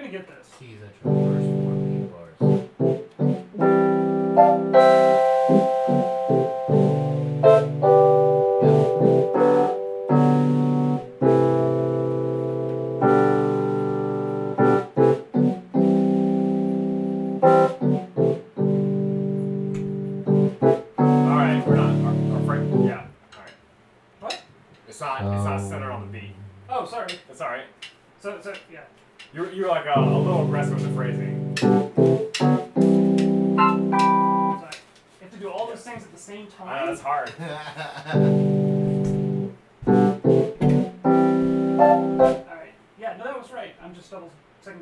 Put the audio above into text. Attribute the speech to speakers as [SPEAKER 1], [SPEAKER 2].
[SPEAKER 1] get this.
[SPEAKER 2] keys that your first four P bars.
[SPEAKER 1] All right, we're not. Our, our friend, yeah. All right. What? It's not. It's not
[SPEAKER 3] Um,
[SPEAKER 1] centered on the beat.
[SPEAKER 2] Oh, sorry.
[SPEAKER 1] It's all right.
[SPEAKER 2] So, so yeah.
[SPEAKER 1] You're you're like a, a little aggressive with the phrasing.
[SPEAKER 2] So I have to do all those things at the same
[SPEAKER 1] I know
[SPEAKER 2] time.
[SPEAKER 1] Uh, that's hard.
[SPEAKER 2] all right. Yeah. No, that was right. I'm just double second